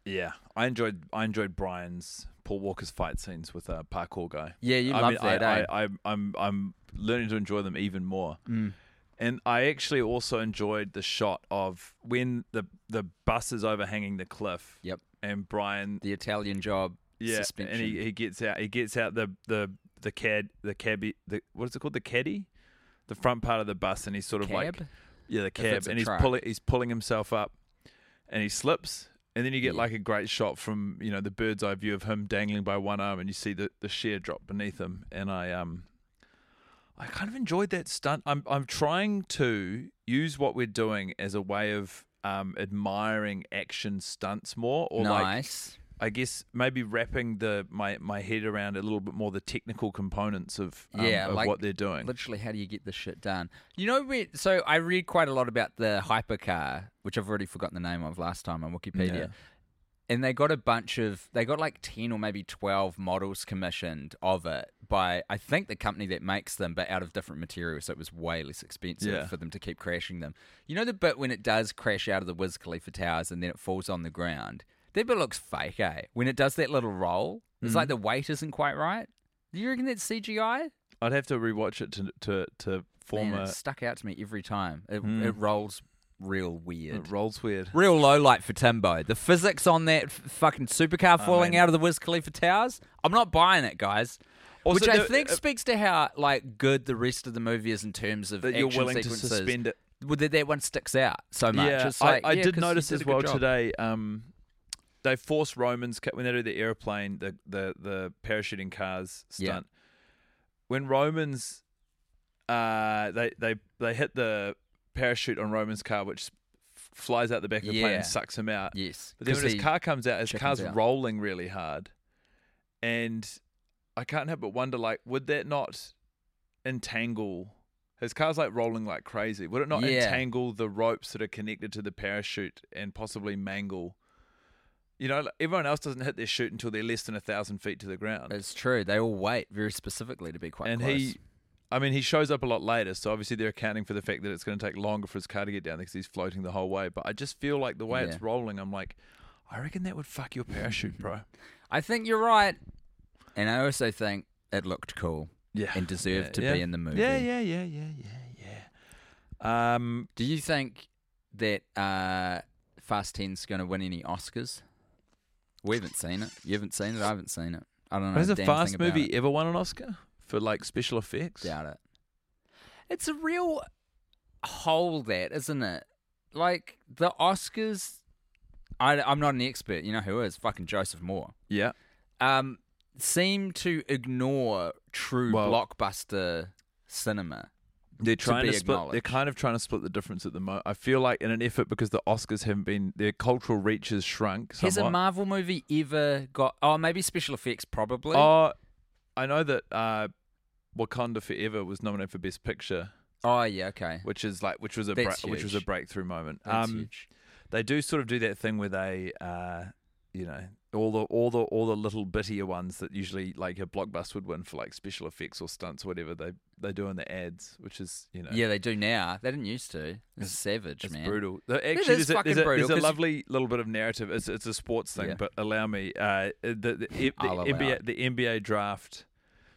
yeah, I enjoyed I enjoyed Brian's Paul Walker's fight scenes with a parkour guy. Yeah, you I love I, that, eh? I, I, I'm I'm learning to enjoy them even more. Mm. And I actually also enjoyed the shot of when the the bus is overhanging the cliff. Yep. And Brian The Italian job yeah, suspension. and he, he gets out. He gets out the the the cad the cabby the what is it called the caddy, the front part of the bus, and he's sort of like Cab? yeah the it's cab, a and he's truck. pulling he's pulling himself up, and he slips, and then you get like a great shot from you know the bird's eye view of him dangling by one arm, and you see the the sheer drop beneath him, and I um. I kind of enjoyed that stunt. I'm I'm trying to use what we're doing as a way of um, admiring action stunts more, or like nice. I guess maybe wrapping the my, my head around a little bit more the technical components of um, yeah, of like, what they're doing. Literally, how do you get this shit done? You know, we, so I read quite a lot about the hypercar, which I've already forgotten the name of last time on Wikipedia. Yeah. And they got a bunch of, they got like 10 or maybe 12 models commissioned of it by, I think, the company that makes them, but out of different materials. So it was way less expensive Yeah. for them to keep crashing them. You know, the bit when it does crash out of the Wiz Khalifa Towers and then it falls on the ground? That bit looks fake, eh? When it does that little roll, Mm-hmm. it's like the weight isn't quite right. Do you reckon that's CGI? I'd have to rewatch it to to to form Man, a it stuck out to me every time. It, it rolls real weird. it rolls weird. Real low light for Timbo. The physics on that f- fucking supercar falling mean- out of the Wiz Khalifa towers. I'm not buying it, guys. Also, Which I there- think uh, speaks to how like good the rest of the movie is in terms of That you're action willing to sequences. suspend it. Well, that, that one sticks out so much. Yeah, It's like, I, I yeah, 'cause did you notice did a as good well job. today. Um, they force Romans ca- when they do the airplane, the the the parachuting cars Yeah. stunt. When Romans, uh, they they they hit the parachute on Romans' car, which s- f- flies out the back of the plane Yeah. and sucks him out. Yes, but then 'cause when his he car comes out, his chickens car's out. rolling really hard, and I can't help but wonder, like, would that not entangle? His car's like rolling like crazy. Would it not Yeah. entangle the ropes that are connected to the parachute and possibly mangle? You know, like, everyone else doesn't hit their chute until they're less than a thousand feet to the ground. It's true. They all wait very specifically to be quite and close. he, I mean, he shows up a lot later, so obviously they're accounting for the fact that it's going to take longer for his car to get down because he's floating the whole way. But I just feel like the way Yeah. it's rolling, I'm like, I reckon that would fuck your parachute, *laughs* bro. I think you're right, and I also think it looked cool. Yeah, and deserved Yeah, to yeah. be in the movie. Yeah, yeah, yeah, yeah, yeah. Um, Do you think that uh, Fast Ten's going to win any Oscars? We haven't seen it. You haven't seen it. I haven't seen it. I don't know. Has a a damn fast thing about movie it. ever won an Oscar for like special effects? Doubt it. It's a real hole, that isn't it? Like the Oscars. I, I'm not an expert. You know who is? Fucking Joseph Moore. Yeah. Um, seem to ignore true Well- blockbuster cinema. They're to trying be to, split. They're acknowledged. kind of trying to split the difference at the moment. I feel like in an effort because the Oscars haven't been their cultural reach has shrunk. Has a somewhat. Marvel movie ever got? Oh, maybe special effects, probably. Oh, I know that uh, Wakanda Forever was nominated for Best Picture, Oh, yeah, okay. which is like which was a That's which was a huge. breakthrough moment. Um, That's huge. They do sort of do that thing where they, uh, you know, all the all the all the little bittier ones that usually like a blockbuster would win for like special effects or stunts or whatever they they do in the ads, which is you know Yeah, they do now. They didn't used to. It's savage, It's man. brutal. Though, It Actually, is there's a, fucking there's a, brutal. there's a 'cause- lovely little bit of narrative. It's, it's a sports thing, Yeah. but allow me. Uh, the the, the, I'll allow NBA, it. the NBA draft.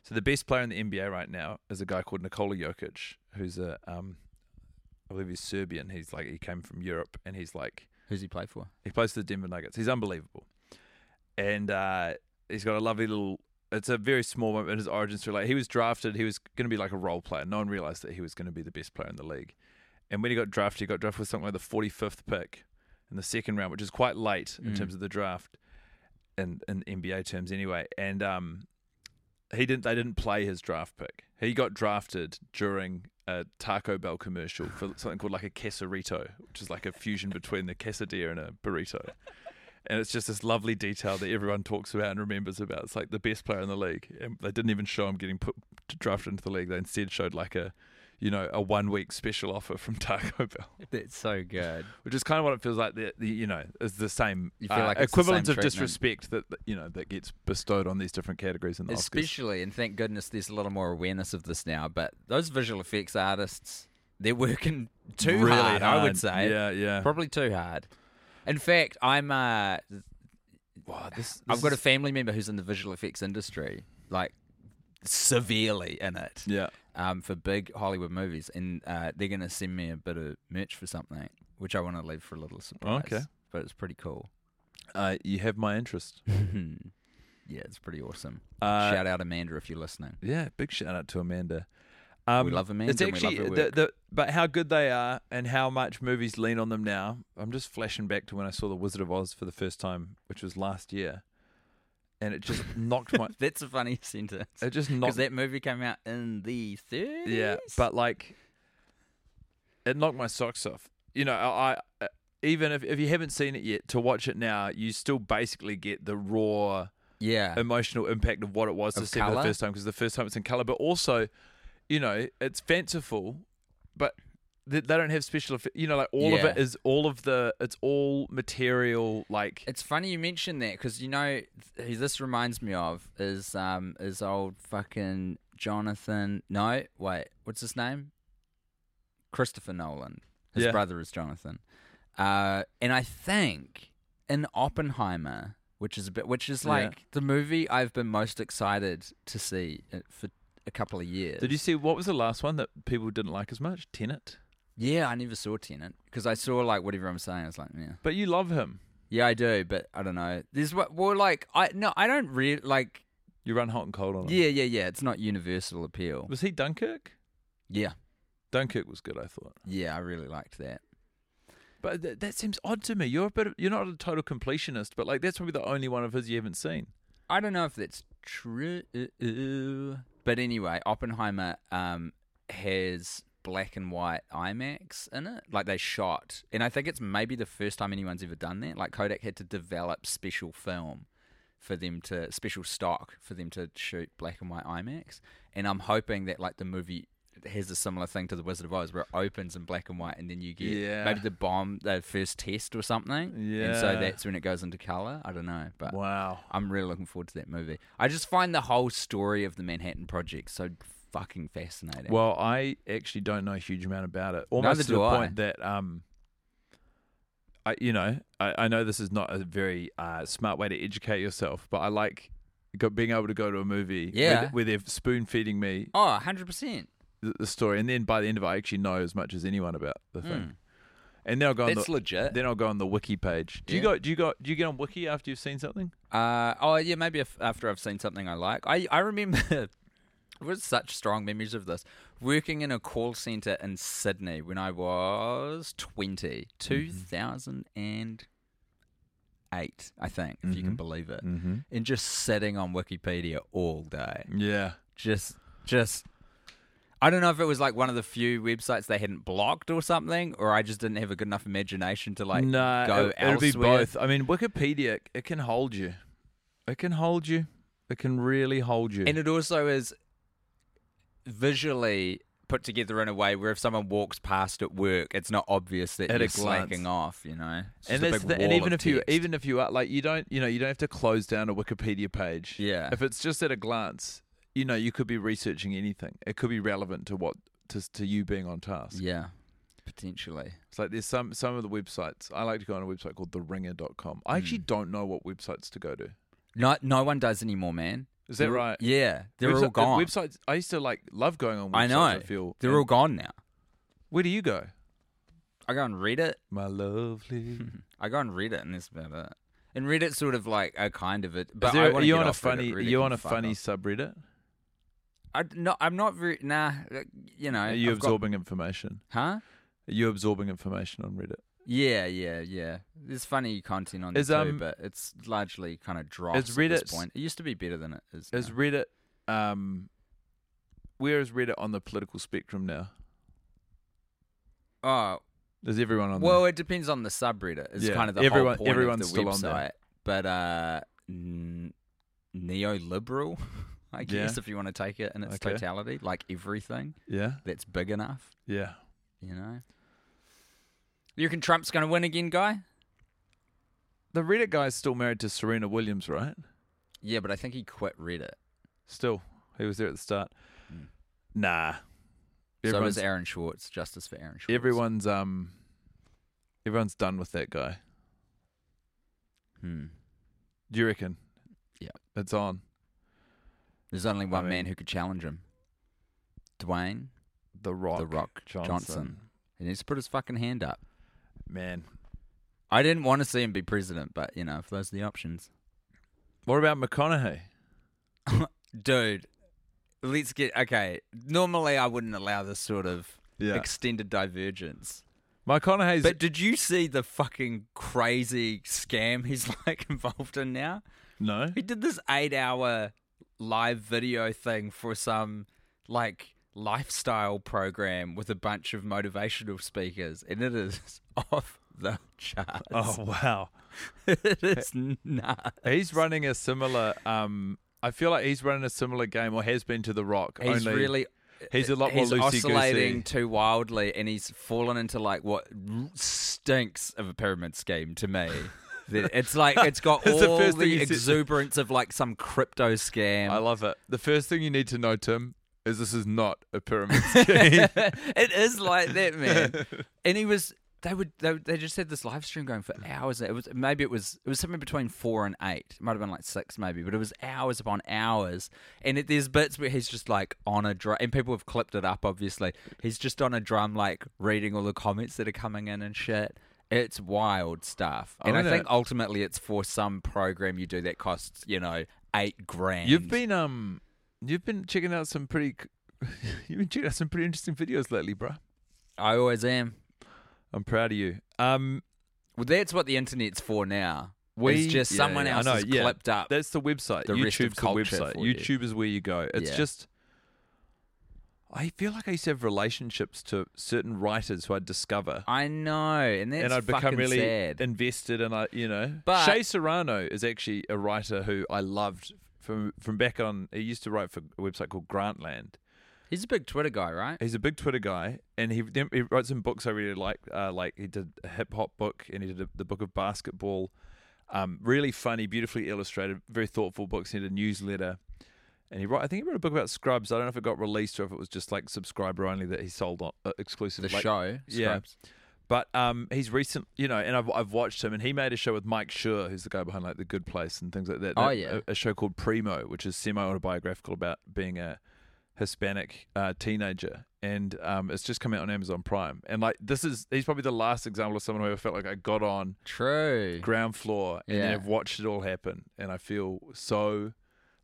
So the best player in the NBA right now is a guy called Nikola Jokic, who's a um, I believe he's Serbian. He's like he came from Europe, and he's like Who's he play for? he plays for the Denver Nuggets. He's unbelievable, and uh, he's got a lovely little. It's a very small moment in his origin story. Like he was drafted, he was going to be like a role player. No one realized that he was going to be the best player in the league. And when he got drafted, he got drafted with something like the forty fifth pick in the second round, which is quite late in Mm. terms of the draft, and in NBA terms anyway. And um, he didn't. They didn't play his draft pick. He got drafted during a Taco Bell commercial for something called like a quesarito, which is like a fusion between the quesadilla and a burrito. And it's just this lovely detail that everyone talks about and remembers about. It's like the best player in the league. And they didn't even show him getting put drafted into the league. They instead showed like a, you know, a one week special offer from *laughs* Taco Bell That's so good. which is kind of what it feels like. The, the you know is the same You feel uh, like it's the equivalent same of treatment. disrespect that that, you know that gets bestowed on these different categories in the Oscars. *laughs* Especially, and thank goodness there's a little more awareness of this now, but those visual effects artists, they're working too Really hard, I hard. would say. Yeah, yeah. Probably too hard. In fact, I'm uh, Wow, this, this I've got a is- family member who's in the visual effects industry, like severely in it. yeah. um, for big Hollywood movies, and uh, they're going to send me a bit of merch for something, which I want to leave for a little surprise. Okay. but it's pretty cool. Uh, you have my *laughs* interest. Yeah, it's pretty awesome. Uh, Shout out Amanda if you're listening. Yeah, big shout out to Amanda. Um, love Amanda It's and we love actually her the, work. the but how good they are and how much movies lean on them now. I'm just flashing back to when I saw The Wizard of Oz for the first time, which was last year, and it *laughs* just knocked my That's a funny *laughs* sentence. it just Because knocked that movie came out in the 30s. Yeah, but like, it knocked my socks off. You know, I, I even if if you haven't seen it yet, to watch it now, you still basically get the raw yeah, emotional impact of what it was Of to see it for the colour? first time because the first time it's in color, but also, you know, it's fanciful, but they, they don't have special. Effect, you know, like all of Yeah. it is all of the it's all material. Like It's funny you mention that because you know th- who this reminds me of is um is old fucking Jonathan. No, wait, what's his name? Christopher Nolan. His Yeah. brother is Jonathan. Uh, and I think in Oppenheimer, which is a bit, which is Yeah. like the movie I've been most excited to see uh, for a couple of years. did you see what was the last one that people didn't like as much? Tenet. Yeah, I never saw Tenet because I saw like whatever I'm saying. I was like, yeah. But you love him. Yeah, I do, but I don't know. There's what well, like I no, I don't really like You run hot and cold on him. Yeah, yeah, yeah. It's not universal appeal. Was he Dunkirk? Yeah. Dunkirk was good, I thought. Yeah, I really liked that. But th- that seems odd to me. You're a bit. Of, you're not a total completionist, but like that's probably the only one of his you haven't seen. I don't know if that's true. But anyway, Oppenheimer um, has black and white IMAX in it. Like they shot. And I think it's maybe the first time anyone's ever done that. Like Kodak had to develop special film for them to, special stock for them to shoot black and white IMAX. And I'm hoping that like the movie has a similar thing to The Wizard of Oz where it opens in black and white and then you get Yeah. maybe the bomb, the first test or something. And so Yeah. that's when it goes into color. I don't know. But Wow. I'm really looking forward to that movie. I just find the whole story of the Manhattan Project so fucking fascinating. Well, I actually don't know a huge amount about it. Almost Neither to the do I. point that um, I you know I, I know this is not a very uh, smart way to educate yourself, but I like go, being able to go to a movie Yeah. where, where they're spoon feeding me oh, 100%. the, the story, and then by the end of it, I actually know as much as anyone about the thing. And then I'll go. Hmm. That's on the, legit. Then I'll go on the wiki page. Do you Yeah. go? Do you go? Do you get on wiki after you've seen something? Uh, oh, yeah, maybe if, after I've seen something I like. I, I remember, *laughs* was such strong memories of this, working in a call center in Sydney when I was 20, 2008, I think, if you can believe it. Mhm. And just sitting on Wikipedia all day. Yeah. just just I don't know if it was like one of the few websites they hadn't blocked or something, or I just didn't have a good enough imagination to like no, go it, elsewhere. it'll be both. I mean, Wikipedia it can hold you. It can hold you. It can really hold you. And it also is visually put together in a way where if someone walks past at work, it's not obvious that At a you're glance. slacking off. You know, It's and, just a that's big the, and wall even of if you text. even if you are like you don't you know you don't have to close down a Wikipedia page. Yeah. If it's just at a glance, you know you could be researching anything. It could be relevant to what to to you being on task. yeah, potentially. It's like there's some some of the websites. I like to go on a website called theringer.com. I actually don't know what websites to go to. No, no one does anymore, man. Is that They're- right? Yeah, they're Website- all gone. uh, Websites I used to like love going on websites. I know. feel they're and- all gone now. Where do you go? I go and read it. My lovely. I go on Reddit, and that's about it. And Reddit's sort of like a kind of it. But But I are wanna you get on a off Reddit. funny? Are Reddit you can on a fuck funny off. subreddit? I no, I'm not very. Nah, uh, you know. Are you I've got- absorbing information? huh? Are you absorbing information on Reddit? Yeah, yeah, yeah. There's funny content on Is, there too, um, but it's largely kind of dross is at this Reddit's- point. It used to be better than it is. Is now. Reddit? Um, where is Reddit on the political spectrum now? oh Is everyone on? well, there? it depends on the subreddit. It's Yeah, kind of the everyone- whole point everyone's of the still on website. there. But uh, n- neoliberal, *laughs* I guess, if you want to take it in its Okay. totality, like everything yeah, that's big enough. yeah. You know. You reckon Trump's going to win again, guy? The Reddit guy's still married to Serena Williams, right? Yeah, but I think he quit Reddit. Still, he was there at the start. Hmm. Nah, so was Aaron Schwartz. Justice for Aaron Schwartz. everyone's um, everyone's done with that guy. Hmm. Do you reckon? Yeah. It's on. There's only one man mean- who could challenge him. Dwayne The Rock. the Rock Johnson. He needs to put his fucking hand up. Man. I didn't want to see him be president, but you know, if those are the options, *laughs* What about McConaughey? dude. Let's get okay. Normally, I wouldn't allow this sort of Yeah. extended divergence. McConaughey's But did you see the fucking crazy scam he's *laughs* like involved in now? no. *laughs* He did this eight hour live video thing for some like lifestyle program with a bunch of motivational speakers, and it is *laughs* off the charts. Oh wow. *laughs* it is nuts. He's running a similar. Um, I feel like he's running a similar game, or has been to The Rock. He's only really. He's a lot more he's loosey oscillating goosey. too wildly, and he's fallen into like what stinks of a pyramid scheme *laughs* to me. That it's like it's got It's the all first thing the you said. exuberance of like some crypto scam. I love it. The first thing you need to know, Tim, is this is not a *laughs* pyramid scheme. it is like that, *laughs* man. And he was. They would. They, they just had this live stream going for hours. It was maybe it was it was somewhere between four and eight. It might have been like six, maybe, but it was hours upon hours. And it, there's bits where he's just like on a drum, and people have clipped it up. Obviously, he's just on a drum, like reading all the comments that are coming in and shit. It's wild stuff. I and I wanna- think ultimately it's for some program you do that costs you know eight grand. You've been um, you've been checking out some pretty, c- *laughs* you've been checking out some pretty interesting videos lately, bruh. I always am. I'm proud of you. Um, well, that's what the internet's for now. it's just someone else I know, has yeah. clipped up. That's the website. the rest of YouTube's the culture website. for you. YouTube is where you go. It's Yeah. just. I feel like I used to have relationships to certain writers who I'd discover, I know, and Oh, that's and I'd become fucking really sad. invested. And I, you know, But- Shay Serrano is actually a writer who I loved from from back on. He used to write for a website called Grantland. He's a big Twitter guy, right? He's a big Twitter guy, and he then he wrote some books I really like. Uh, like he did a hip hop book, and he did a, the book of basketball. Um, really funny, beautifully illustrated, very thoughtful books. He did a newsletter, and he wrote. I think he wrote a book about Scrubs. I don't know if it got released or if it was just like subscriber only that he sold on uh, exclusive. The like- show, yeah. Scrubs. But um, he's recent, you know, and I've, I've watched him, and he made a show with Mike Schur, who's the guy behind like The Good Place and things like that. Oh, That- yeah. a, a show called Primo, which is semi autobiographical about being a Hispanic uh, teenager, and um, it's just come out on Amazon Prime. And like this is, he's probably the last example of someone who I felt like I got on True. ground floor and then Yeah. have watched it all happen, and I feel so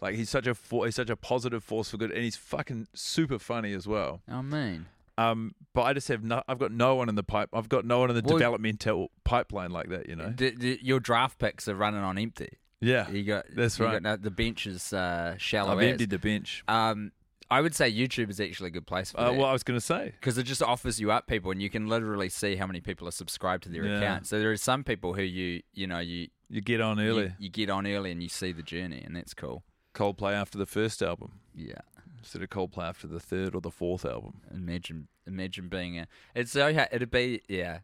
like he's such a for, he's such a positive force for good, and he's fucking super funny as well. I mean, Um, but I just have no. I've got no one in the pipe. I've got no one in the Well- developmental pipeline like that. You know. d- d- your draft picks are running on *sighs* empty. Yeah. You got That's you right. Got, no- the bench is uh, shallow. I've as. emptied the bench. Um, I would say YouTube is actually a good place for Uh, that. well, I was going to say. because it just offers you up people, and you can literally see how many people are subscribed to their Yeah. account. So there are some people who you you know you You get on early. you, you get on early and you see the journey, and that's cool. Coldplay after the first album Yeah, instead of Coldplay after the third or the fourth album. imagine imagine being a. It's so ha- it'd be yeah,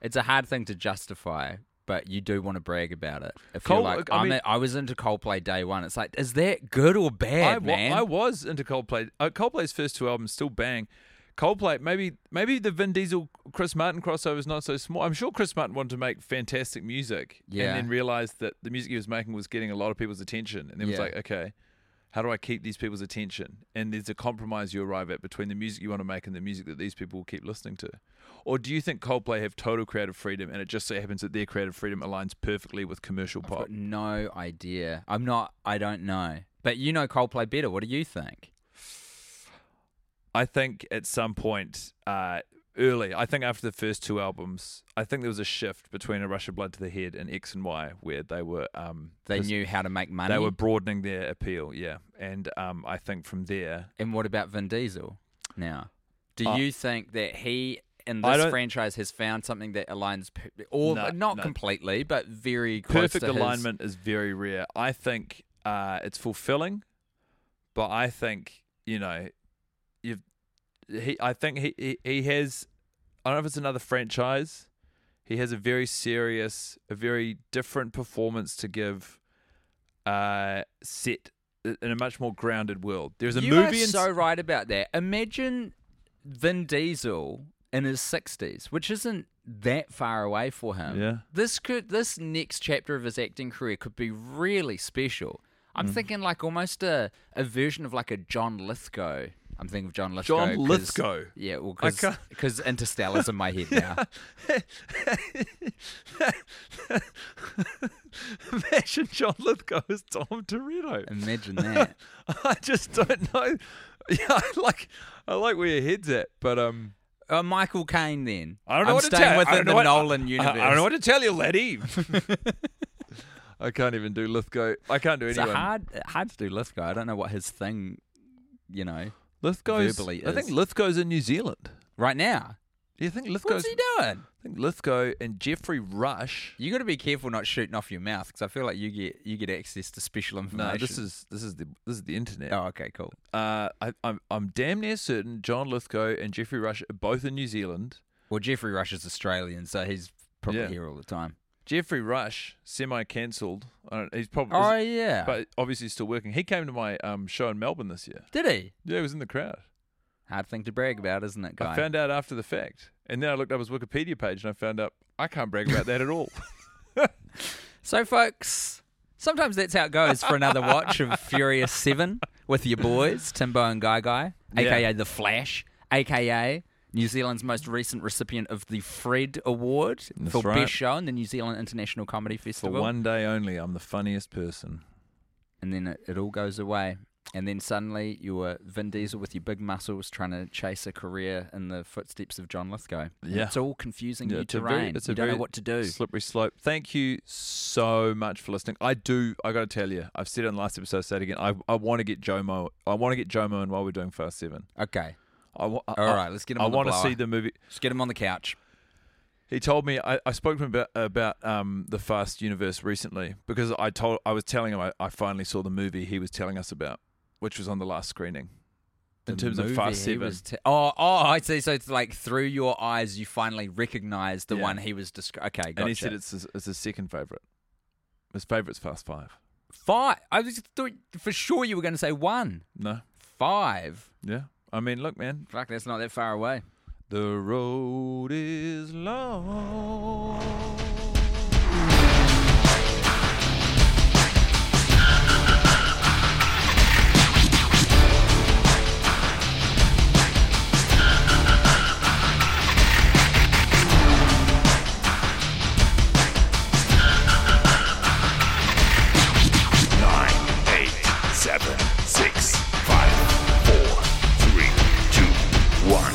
it's a hard thing to justify, but you do want to brag about it. If Cold- you're like, I I am mean- a, I was into Coldplay day one. It's like, is that good or bad, I, wa- man? I was into Coldplay. Uh, Coldplay's first two albums still bang. Coldplay, maybe maybe the Vin Diesel Chris Martin crossover is not so small. I'm sure Chris Martin wanted to make fantastic music, Yeah. and then realized that the music he was making was getting a lot of people's attention, and then was Yeah. like, okay, how do I keep these people's attention? And there's a compromise you arrive at between the music you want to make and the music that these people will keep listening to. Or do you think Coldplay have total creative freedom, and it just so happens that their creative freedom aligns perfectly with commercial I've pop? got no idea. I'm not. I don't know. But you know Coldplay better. What do you think? I think at some point uh, early, I think after the first two albums, I think there was a shift between A Rush of Blood to the Head and X and Y, where they were um, They just- knew how to make money. they were broadening their appeal, yeah. And um, I think from there, And what about Vin Diesel now? Do Uh, you think that he in I this don't- franchise has found something that aligns, per- or No, not no. completely, but very close perfect to his- alignment is very rare. I think uh, it's fulfilling, but I think you know, you've he. I think he, he he has. I don't know if it's another franchise. He has a very serious, a very different performance to give. Uh, set in a much more grounded world. There's a you movie. are in- so right about that. Imagine Vin Diesel in his sixties, which isn't that far away for him. Yeah. This could this next chapter of his acting career could be really special. I'm Mm. thinking like almost a, a version of like a John Lithgow. I'm thinking of John Lithgow. 'cause- Lithgow? Yeah, well, I can't- because Interstellar's in *laughs* my head now. Imagine John Lithgow as Tom Toretto. Imagine *laughs* that. I just don't *laughs* know. Yeah, I like I like where your head's at, but um, Uh, Michael Caine then. I don't know I'm what to staying tell. I within don't know the what- Nolan I- universe. I, don't know what to tell you, *laughs* laddie. *laughs* I can't even do Lithgow. I can't do It's a anyone. hard, hard to do Lithgow. I don't know what his thing, you know, Lithgow's. verbally I think is. Lithgow's in New Zealand. right now. Do you think Lithgow's? What's he doing? I think Lithgow and Jeffrey Rush. You got to be careful not shooting off your mouth because I feel like you get you get access to special information. No, this is this is the this is the internet. Oh, okay, cool. Uh, I, I'm I'm damn near certain John Lithgow and Jeffrey Rush are both in New Zealand. Well, Jeffrey Rush is Australian, so he's probably Yeah. here all the time. Jeffrey Rush semi-cancelled. I don't, he's probably Oh, yeah. but obviously still working. He came to my um, show in Melbourne this year. Did he? Yeah, he was in the crowd. Hard thing to brag about, isn't it, guy? I found out after the fact, and then I looked up his Wikipedia page, and I found out I can't brag about that at *laughs* all. So, folks, sometimes that's how it goes for another *laughs* watch of Furious 7 with your boys, Timbo and Guy Guy, aka Yeah. The Flash, aka New Zealand's most recent recipient of the Fred Award That's for right. Best Show in the New Zealand International Comedy For Festival. one day only, I'm the funniest person. and then it, it all goes away. And then suddenly you were Vin Diesel with your big muscles trying to chase a career in the footsteps of John Lithgow. And Yeah. It's all confusing Yeah, new it's a terrain. very- it's a you don't know very what to do. Slippery slope. Thank you so much for listening. I do. I got to tell you, I've said it in the last episode. I'll Say it again. I, I want to get Jomo. I want to get Jomo in while we're doing Fast Seven. Okay. I, wa- I, All right, let's get him I on the wanna blower. see the movie. Let's get him on the couch. He told me I, I spoke to him about, about um, the Fast Universe recently because I told I was telling him I, I finally saw the movie he was telling us about, which was on the last screening. In The terms of movie Fast he Seven, was t- oh, oh, I see. So it's like through your eyes, you finally recognize the Yeah. one he was describing. Okay, gotcha. and he said it's his, it's his second favorite. His favorite's Fast Five. five. I was just thought for sure you were going to say one. No, Five. yeah. I mean, look, man, Fuck, that's not that far away. the road is long. Nine, eight, seven, six, five, four, three, two, one.